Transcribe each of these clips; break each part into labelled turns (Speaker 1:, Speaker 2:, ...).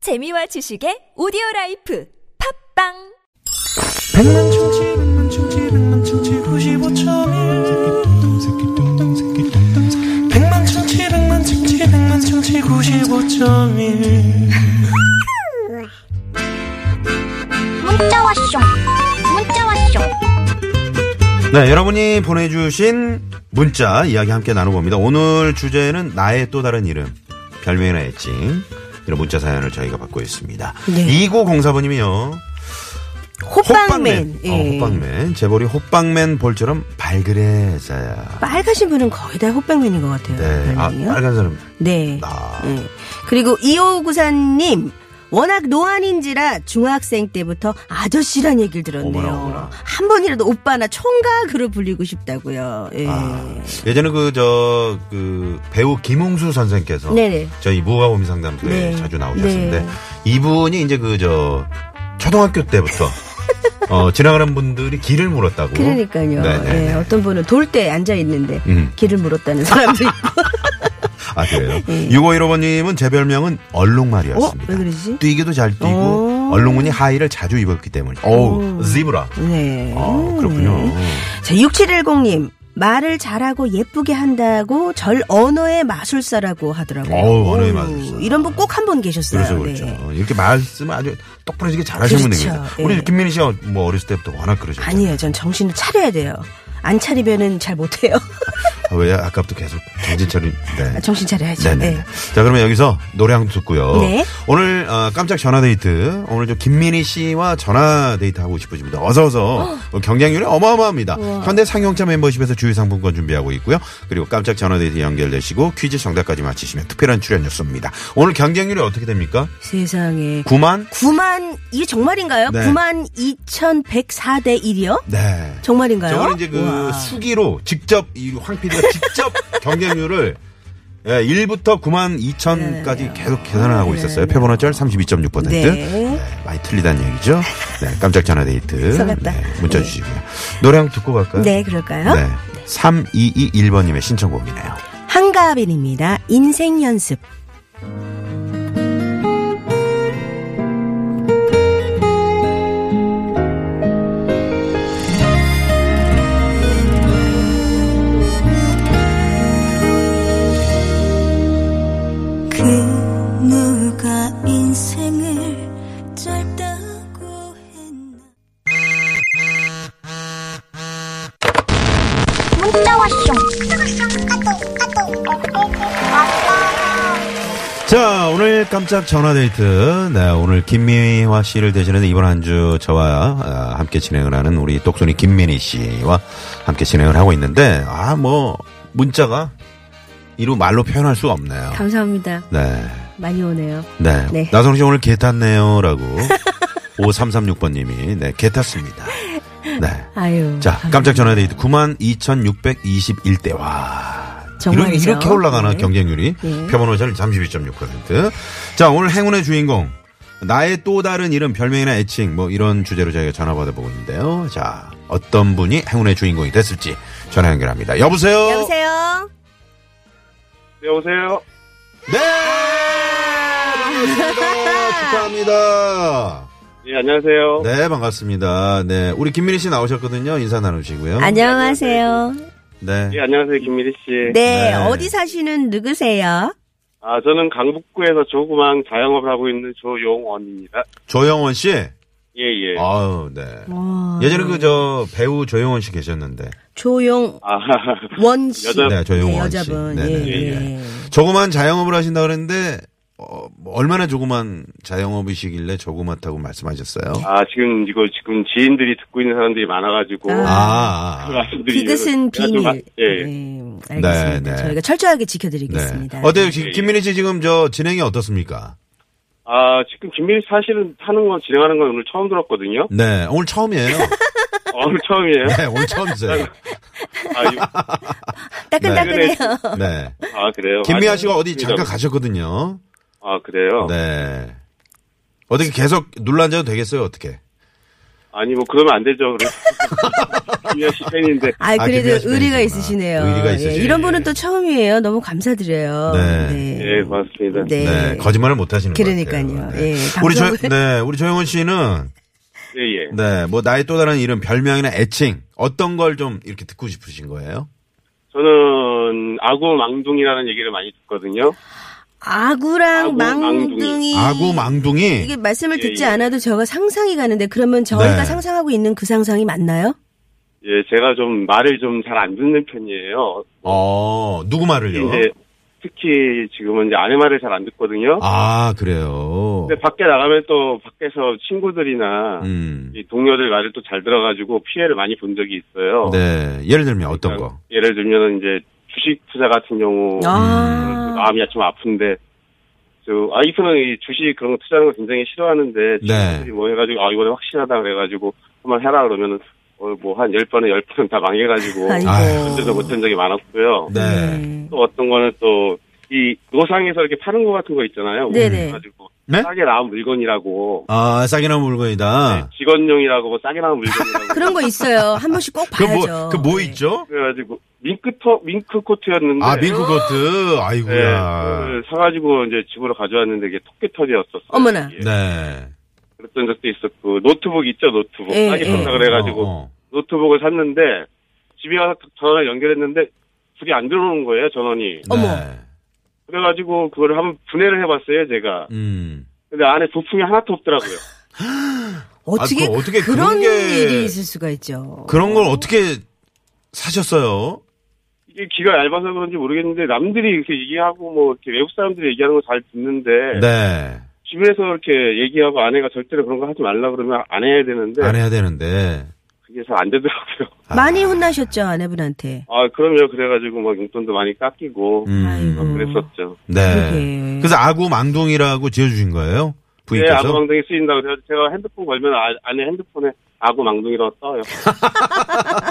Speaker 1: 재미와 지식의 오디오 라이프 팝빵
Speaker 2: 백만 충치 백만 충치 백만 충치 95.1 백만 충치 백만 충치 백만 충치 95.1
Speaker 3: 문자 왔쇼 문자 왔쇼
Speaker 4: 네, 여러분이 보내주신 문자 이야기 함께 나눠봅니다. 오늘 주제는 나의 또 다른 이름, 별명이나 애칭. 이런 문자 사연을 저희가 받고 있습니다.
Speaker 5: 네.
Speaker 4: 2904번님이요.
Speaker 5: 호빵맨. 예.
Speaker 4: 어, 호빵맨. 재벌이 호빵맨 볼처럼 발그레자야.
Speaker 5: 빨가신 분은 거의 다 호빵맨인 것 같아요.
Speaker 4: 네. 아,
Speaker 5: 별명이요.
Speaker 4: 빨간 사람. 아,
Speaker 5: 네.
Speaker 4: 나.
Speaker 5: 예. 그리고 2594님. 워낙 노안인지라 중학생 때부터 아저씨란 얘기를 들었네요.
Speaker 4: 어머나, 어머나.
Speaker 5: 한 번이라도 오빠나 총각으로 불리고 싶다고요. 예.
Speaker 4: 아, 예전에 그, 저, 그, 배우 김홍수 선생께서
Speaker 5: 네네.
Speaker 4: 저희 무화범 상담소에
Speaker 5: 네.
Speaker 4: 자주 나오셨는데
Speaker 5: 네.
Speaker 4: 이분이 이제 그 저 초등학교 때부터 어, 지나가는 분들이 길을 물었다고.
Speaker 5: 그러니까요.
Speaker 4: 네네네.
Speaker 5: 예, 어떤 분은 돌 때 앉아 있는데
Speaker 4: 음.
Speaker 5: 길을 물었다는 사람도 있고.
Speaker 4: 아 그래요. 6515번님은 제 별명은 얼룩말이었습니다.
Speaker 5: 네. 어? 왜 그러지? 어.
Speaker 4: 뛰기도 잘 뛰고
Speaker 5: 오.
Speaker 4: 얼룩무늬 하의를 자주 입었기 때문에. 오,
Speaker 5: 어.
Speaker 4: 지브라.
Speaker 5: 네.
Speaker 4: 어, 그렇군요.
Speaker 5: 자, 6710님. 말을 잘하고 예쁘게 한다고 절 언어의 마술사라고 하더라고요.
Speaker 4: 어우, 언어의
Speaker 5: 어우,
Speaker 4: 마술사.
Speaker 5: 이런 분 꼭 한 번 계셨어요.
Speaker 4: 그래서 그렇죠.
Speaker 5: 네.
Speaker 4: 이렇게 말씀을 아주 똑부러지게 잘하시는
Speaker 5: 그렇죠.
Speaker 4: 분입니다. 우리
Speaker 5: 예.
Speaker 4: 김민희 씨가 뭐 어렸을 때부터 워낙 그러셨죠.
Speaker 5: 아니에요. 전 정신을 차려야 돼요. 안 차리면은 잘 못해요. 아,
Speaker 4: 아, 왜 아까부터 계속 정진철이. 네.
Speaker 5: 정신 차려야죠.
Speaker 4: 네네.
Speaker 5: 네.
Speaker 4: 자, 그러면 여기서 노래 한 곡 듣고요.
Speaker 5: 네.
Speaker 4: 오늘 어, 깜짝 전화 데이트. 오늘 저 김민희 씨와 전화 데이트 하고 싶으십니다. 어서 어서. 경쟁률이 어마어마합니다. 현대 상용차 멤버십에서 주유 상품권 준비하고 있고요. 그리고 깜짝 전화 데이트 연결되시고 퀴즈 정답까지 맞히시면 특별한 출연료 쏩니다. 오늘 경쟁률이 어떻게 됩니까?
Speaker 5: 세상에.
Speaker 4: 9만?
Speaker 5: 9만 이게 정말인가요?
Speaker 4: 네.
Speaker 5: 9만 2,104대 1이요?
Speaker 4: 네.
Speaker 5: 정말인가요?
Speaker 4: 저거는 이제 그
Speaker 5: 우와.
Speaker 4: 수기로 직접 이황 PD가 직접 경쟁률을 예, 1부터 9만 2천까지 계속 계산을 하고 있었어요. 표본오절 32.6%.
Speaker 5: 네.
Speaker 4: 예, 많이 틀리다는 얘기죠. 네, 깜짝 전화 데이트.
Speaker 5: 속았다.
Speaker 4: 문자
Speaker 5: 네.
Speaker 4: 주시고요. 노래 한 곡 듣고 갈까요?
Speaker 5: 네, 그럴까요?
Speaker 4: 네. 3221번님의 신청곡이네요.
Speaker 5: 한가빈입니다. 인생 연습.
Speaker 6: 그 누가 인생을 짧다고 했나
Speaker 3: 문자 왔쇼
Speaker 4: 자, 오늘 깜짝 전화 데이트. 네, 오늘 김미화 씨를 대신해서 이번 한 주 저와 아, 함께 진행을 하는 우리 똑순이 김민희 씨와 함께 진행을 하고 있는데, 아, 뭐, 문자가 이루 말로 표현할 수가 없네요.
Speaker 5: 감사합니다.
Speaker 4: 네.
Speaker 5: 많이 오네요.
Speaker 4: 네.
Speaker 5: 네.
Speaker 4: 나선우 씨 오늘 개 탔네요. 라고. 5336번님이, 네, 개 탔습니다. 네.
Speaker 5: 아유.
Speaker 4: 자, 깜짝 전화 데이트 92,621대. 와. 이런,
Speaker 5: 정말이죠.
Speaker 4: 이렇게 올라가나
Speaker 5: 네.
Speaker 4: 경쟁률이
Speaker 5: 예.
Speaker 4: 표본오절 32.6% 자 오늘 행운의 주인공 나의 또 다른 이름 별명이나 애칭 뭐 이런 주제로 저희가 전화 받아보고 있는데요 자 어떤 분이 행운의 주인공이 됐을지 전화 연결합니다 여보세요
Speaker 5: 여보세요?
Speaker 7: 여보세요.
Speaker 4: 네 반갑습니다. 축하합니다
Speaker 7: 예, 안녕하세요.
Speaker 4: 네 반갑습니다 네 우리 김민희 씨 나오셨거든요 인사 나누시고요
Speaker 5: 안녕하세요.
Speaker 4: 네
Speaker 7: 예, 안녕하세요. 김미리 씨.
Speaker 5: 네,
Speaker 4: 네.
Speaker 5: 어디 사시는 누구세요?
Speaker 7: 아, 저는 강북구에서 조그만 자영업을 하고 있는 조용원입니다.
Speaker 4: 조영원 씨
Speaker 7: 예, 예. 아,
Speaker 4: 아우 네 예전에 그 저 배우 조영원 씨 계셨는데
Speaker 5: 어, 조용
Speaker 7: 아,
Speaker 5: 원 씨.
Speaker 7: 여자-
Speaker 4: 네, 조용원 씨.
Speaker 5: 여자분.
Speaker 4: 네,
Speaker 5: 예,
Speaker 4: 네,
Speaker 5: 예.
Speaker 4: 조그만 자영업을 하신다 그랬는데 어, 뭐 얼마나 조그만 자영업이시길래 조그맣다고 말씀하셨어요?
Speaker 5: 네.
Speaker 7: 아, 지금 이거 지금 지인들이 듣고 있는 사람들이 많아가지고.
Speaker 4: 아, 아, 아.
Speaker 7: 말씀드리기
Speaker 5: 비그슨
Speaker 7: 위해서 제가
Speaker 5: 비밀.
Speaker 7: 좀 아- 예.
Speaker 5: 네, 알겠습니다.
Speaker 4: 네, 네.
Speaker 5: 저희가 철저하게
Speaker 4: 네.
Speaker 5: 지켜드리겠습니다.
Speaker 4: 어때요? 지금 김민희 씨 지금 저 진행이 어떻습니까?
Speaker 7: 아, 지금 김미리 사실은 하는 건 진행하는 건 오늘 처음 들었거든요.
Speaker 4: 네, 오늘 처음이에요.
Speaker 7: 어, 오늘 처음이에요.
Speaker 4: 네, 오늘 처음이세요.
Speaker 7: 아, 이-
Speaker 5: 따끈따끈해요.
Speaker 4: 네.
Speaker 7: 아, 그래요.
Speaker 4: 김미아
Speaker 7: 아,
Speaker 4: 씨가 어디
Speaker 7: 진짜-
Speaker 4: 잠깐 가셨거든요.
Speaker 7: 아, 그래요.
Speaker 4: 네. 어떻게 계속 눌러 앉아도 되겠어요? 어떻게?
Speaker 7: 아니 뭐 그러면 안 되죠. 그래. 김현 씨 팬인데
Speaker 5: 아,
Speaker 4: 아,
Speaker 5: 그래도
Speaker 4: 김미아 씨
Speaker 5: 의리가
Speaker 4: 팬이구나.
Speaker 5: 있으시네요.
Speaker 4: 의리가
Speaker 5: 예,
Speaker 4: 있으시네.
Speaker 5: 이런 분은 또 처음이에요. 너무 감사드려요.
Speaker 4: 네.
Speaker 7: 예 맞습니다.
Speaker 5: 네.
Speaker 4: 네, 거짓말을 못 하시는 것
Speaker 5: 그러니까요.
Speaker 4: 같아요.
Speaker 5: 예,
Speaker 4: 우리 조,
Speaker 5: 방송을-
Speaker 4: 네, 우리 조영원 씨는
Speaker 7: 예예.
Speaker 4: 네, 뭐 나의 또 다른 이름, 별명이나 애칭 어떤 걸 좀 이렇게 듣고 싶으신 거예요?
Speaker 7: 저는 아구 망둥이라는 얘기를 많이 듣거든요.
Speaker 5: 아구랑
Speaker 7: 아구,
Speaker 5: 망둥이.
Speaker 7: 망둥이.
Speaker 4: 아구 망둥이.
Speaker 5: 이게 말씀을 듣지
Speaker 7: 예, 예.
Speaker 5: 않아도 제가 상상이 가는데 그러면 저희가
Speaker 4: 네.
Speaker 5: 상상하고 있는 그 상상이 맞나요?
Speaker 7: 예, 제가 좀 말을 좀 잘 안 듣는 편이에요.
Speaker 4: 어, 누구 말을요?
Speaker 7: 이제 특히 지금은 이제 아내 말을 잘 안 듣거든요.
Speaker 4: 아, 그래요.
Speaker 7: 근데 밖에 나가면 또 밖에서 친구들이나
Speaker 4: 음.
Speaker 7: 이 동료들 말을 또 잘 들어가지고 피해를 많이 본 적이 있어요.
Speaker 4: 네. 예를 들면 어떤 거?
Speaker 7: 예를 들면 이제 주식 투자 같은 경우
Speaker 4: 음,
Speaker 5: 아.
Speaker 7: 마음이 좀 아픈데 저 아이프는 이 주식 그런 거 투자하는 거 굉장히 싫어하는데
Speaker 4: 네.
Speaker 5: 네.
Speaker 7: 친구들이 뭐 해가지고 아 이번에 확실하다 그래가지고 한번 해라 그러면은 어, 뭐한 열 번에 열 번은 다 망해가지고
Speaker 5: 아이고. 음.
Speaker 4: 아유.
Speaker 7: 문제도 못한 적이 많았고요.
Speaker 4: 네.
Speaker 7: 또 어떤 거는 또 이 노상에서 이렇게 파는 거 같은 거 있잖아요.
Speaker 5: 네네.
Speaker 7: 가지고
Speaker 4: 네?
Speaker 7: 싸게 나온 물건이라고
Speaker 4: 아, 싸게 나온
Speaker 5: 네.
Speaker 4: 물건이다.
Speaker 7: 직원용이라고 뭐 싸게 나온 물건이라고
Speaker 5: 그런 거 있어요. 한 번씩 꼭
Speaker 4: 그
Speaker 5: 봐야죠.
Speaker 4: 뭐, 그 뭐
Speaker 5: 네.
Speaker 4: 있죠?
Speaker 7: 그래가지고 밍크토 밍크 코트였는데
Speaker 4: 아, 민크 코트.
Speaker 7: 네,
Speaker 4: 아이고야.
Speaker 7: 그걸 사가지고 이제 집으로 가져왔는데 이게 토끼털이었었어요.
Speaker 5: 어머나.
Speaker 7: 이게.
Speaker 4: 네.
Speaker 7: 그랬던 적도 있었고 노트북 있죠 노트북
Speaker 5: 예,
Speaker 7: 싸게
Speaker 5: 예.
Speaker 7: 산다 그래가지고
Speaker 4: 어,
Speaker 7: 노트북을 샀는데 집에 가서 전화를 연결했는데 불이 안 들어오는 거예요 전원이
Speaker 4: 어. 네.
Speaker 7: 그래가지고 그걸 한번 분해를 해봤어요 제가
Speaker 4: 음.
Speaker 7: 근데 안에 부품이 하나도 없더라고요
Speaker 5: 어떻게,
Speaker 4: 아, 그 어떻게 그런
Speaker 5: 그런
Speaker 4: 게-
Speaker 5: 일이 있을 수가 있죠.
Speaker 4: 그런 걸 어떻게 사셨어요?
Speaker 7: 이게 귀가 얇아서 그런지 모르겠는데 남들이 이렇게 얘기하고 뭐 이렇게 외국 사람들이 얘기하는 거 잘 듣는데
Speaker 4: 네.
Speaker 7: 집에서 이렇게 얘기하고 아내가 절대로 그런 거 하지 말라 그러면 안 해야 되는데
Speaker 4: 안 해야 되는데.
Speaker 7: 그게 잘 안 되더라고요
Speaker 4: 아.
Speaker 5: 많이 혼나셨죠, 아내분한테.
Speaker 7: 아 그럼요 그래가지고 막 용돈도 많이 깎이고
Speaker 4: 음.
Speaker 5: 아이고.
Speaker 7: 그랬었죠
Speaker 4: 네.
Speaker 5: 그러게.
Speaker 4: 그래서 아구 망둥이라고 지어주신 거예요?
Speaker 7: 네,
Speaker 4: 부인께서?
Speaker 7: 아구망둥이 쓰인다고 해서 제가 핸드폰 걸면 아- 아내 핸드폰에 아구망둥이라고 떠요.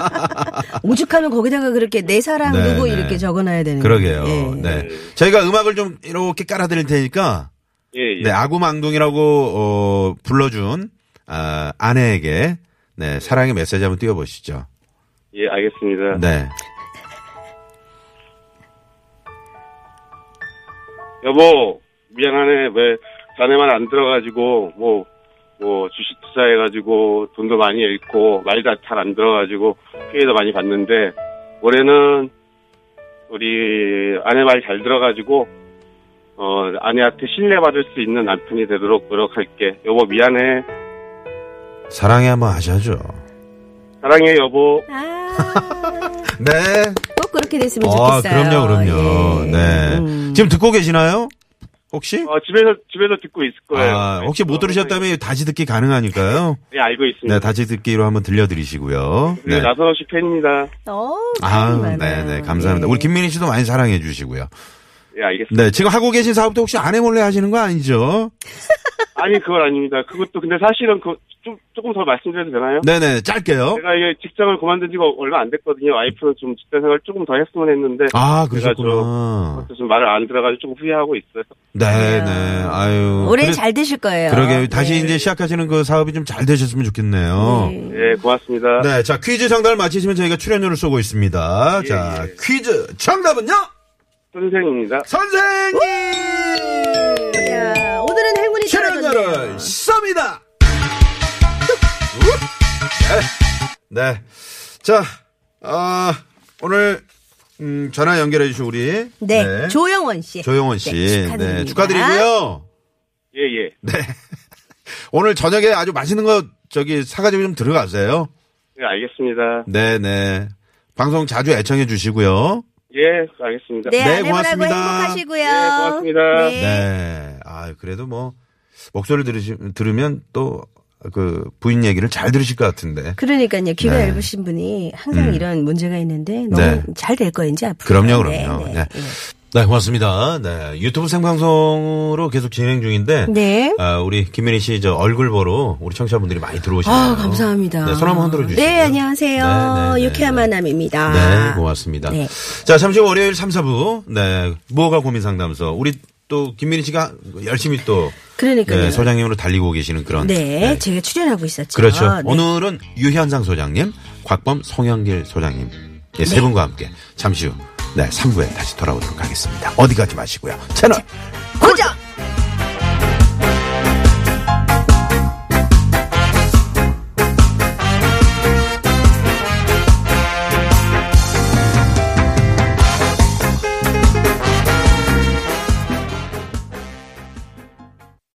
Speaker 5: 오죽하면 거기다가 그렇게 내 사랑
Speaker 4: 네,
Speaker 5: 누구
Speaker 4: 네.
Speaker 5: 이렇게 적어놔야 되는
Speaker 4: 그러게요.
Speaker 5: 거예요. 예.
Speaker 4: 네. 저희가 음악을 좀 이렇게 깔아드릴 테니까,
Speaker 7: 예, 예.
Speaker 4: 네, 아구망둥이라고, 어, 불러준, 아, 아내에게, 네, 사랑의 메시지 한번 띄워보시죠.
Speaker 7: 예, 알겠습니다.
Speaker 4: 네.
Speaker 7: 여보, 미안하네. 왜 자네만 안 들어가지고, 뭐, 뭐, 주식 투자해가지고, 돈도 많이 잃고, 말도 잘 안 들어가지고, 피해도 많이 봤는데, 올해는 우리 아내 말 잘 들어가지고, 어, 아내한테 신뢰받을 수 있는 남편이 되도록 노력할게. 여보, 미안해.
Speaker 4: 사랑해 한번 하셔야죠.
Speaker 7: 사랑해, 여보.
Speaker 5: 아,
Speaker 4: 네.
Speaker 5: 꼭 그렇게 됐으면
Speaker 4: 아,
Speaker 5: 좋겠어요.
Speaker 4: 그럼요, 그럼요.
Speaker 5: 예.
Speaker 4: 네.
Speaker 5: 음.
Speaker 4: 지금 듣고 계시나요? 혹시?
Speaker 7: 어, 집에서, 집에서 듣고 있을 거예요.
Speaker 4: 아, 혹시 못 들으셨다면 다시 듣기 가능하니까요.
Speaker 7: 네, 알고 있습니다.
Speaker 4: 네, 다시 네. 듣기로 한번 들려드리시고요.
Speaker 7: 그리고 나선호 씨 팬입니다.
Speaker 5: 어,
Speaker 4: 아,
Speaker 5: 많아요. 예.
Speaker 4: 네, 네, 감사합니다. 우리 김민희 씨도 많이 사랑해 주시고요.
Speaker 7: 예, 알겠습니다.
Speaker 4: 네, 지금 하고 계신 사업도 혹시 아내 몰래 하시는 거 아니죠?
Speaker 7: 아니, 그건 아닙니다. 그것도 근데 사실은 그, 좀, 조금 더 말씀드려도 되나요?
Speaker 4: 네네, 짧게요.
Speaker 7: 제가 이게 직장을 그만둔 지가 얼마 안 됐거든요. 와이프는 좀 직장 생활 조금 더 했으면 했는데.
Speaker 4: 아,
Speaker 7: 제가 좀,
Speaker 4: 그러셨구나.
Speaker 7: 그것도 좀 말을 안 들어가지고 좀 후회하고 있어요.
Speaker 4: 네네, 아유.
Speaker 5: 올해
Speaker 4: 그래-
Speaker 5: 잘 되실 거예요.
Speaker 4: 그러게요. 다시
Speaker 5: 네.
Speaker 4: 이제 시작하시는 그 사업이 좀 잘 되셨으면 좋겠네요. 네.
Speaker 7: 예, 고맙습니다.
Speaker 4: 자, 퀴즈 정답을 맞히시면 저희가 출연료를 쏘고 있습니다.
Speaker 7: 예,
Speaker 4: 자,
Speaker 7: 예.
Speaker 4: 퀴즈 정답은요?
Speaker 7: 선생입니다.
Speaker 4: 선생님!
Speaker 5: 야, 오늘은 행운이
Speaker 4: 출연료를
Speaker 5: 떨어졌네요.
Speaker 4: 쏩니다! 네. 자, 아, 오늘, 음, 전화 연결해주신 우리.
Speaker 5: 네, 조영원 씨.
Speaker 4: 조영원 씨.
Speaker 5: 네,
Speaker 4: 네,
Speaker 5: 축하드립니다.
Speaker 4: 축하드리고요.
Speaker 7: 예, 예.
Speaker 4: 네. 오늘 저녁에 아주 맛있는 거 저기 사가지고 좀 들어가세요.
Speaker 7: 예, 알겠습니다.
Speaker 4: 네네. 방송 자주 애청해 주시고요.
Speaker 7: 예, 알겠습니다.
Speaker 5: 네,
Speaker 4: 네,
Speaker 5: 아내분하고
Speaker 4: 고맙습니다.
Speaker 5: 행복하시고요.
Speaker 7: 예, 고맙습니다.
Speaker 5: 네.
Speaker 4: 네. 아, 그래도 뭐, 목소리를 들으시, 들으면 또, 그, 부인 얘기를 잘 들으실 것 같은데.
Speaker 5: 그러니까요. 귀가
Speaker 4: 네.
Speaker 5: 얇으신 분이 항상
Speaker 4: 음.
Speaker 5: 이런 문제가 있는데 너무
Speaker 4: 네.
Speaker 5: 잘 될 거인지 앞으로.
Speaker 4: 그럼요,
Speaker 5: 네,
Speaker 4: 그럼요.
Speaker 5: 네,
Speaker 4: 네. 네, 고맙습니다. 네. 유튜브 생방송으로 계속 진행 중인데.
Speaker 5: 네.
Speaker 4: 아, 우리 김민희 씨 저 얼굴 보러 우리 청취자분들이 많이 들어오시네요.
Speaker 5: 아, 감사합니다.
Speaker 4: 네, 손 한번 흔들어 주시죠.
Speaker 5: 네, 안녕하세요.
Speaker 4: 네, 네, 네,
Speaker 5: 유쾌한
Speaker 4: 네.
Speaker 5: 만남입니다.
Speaker 4: 네, 고맙습니다.
Speaker 5: 아. 네.
Speaker 4: 자, 잠시 후 월요일 3, 4부. 네, 무허가 고민 상담소. 우리 또 김민희 씨가 열심히 또
Speaker 5: 그러니까요.
Speaker 4: 네, 소장님으로 달리고 계시는 그런
Speaker 5: 네,
Speaker 4: 네.
Speaker 5: 제가 출연하고 있었죠.
Speaker 4: 그렇죠.
Speaker 5: 네.
Speaker 4: 오늘은 유현상 소장님, 곽범 송영길 소장님 네, 세 분과 함께 잠시 후 네, 3부에 다시 돌아오도록 하겠습니다. 어디 가지 마시고요. 채널
Speaker 5: 고정.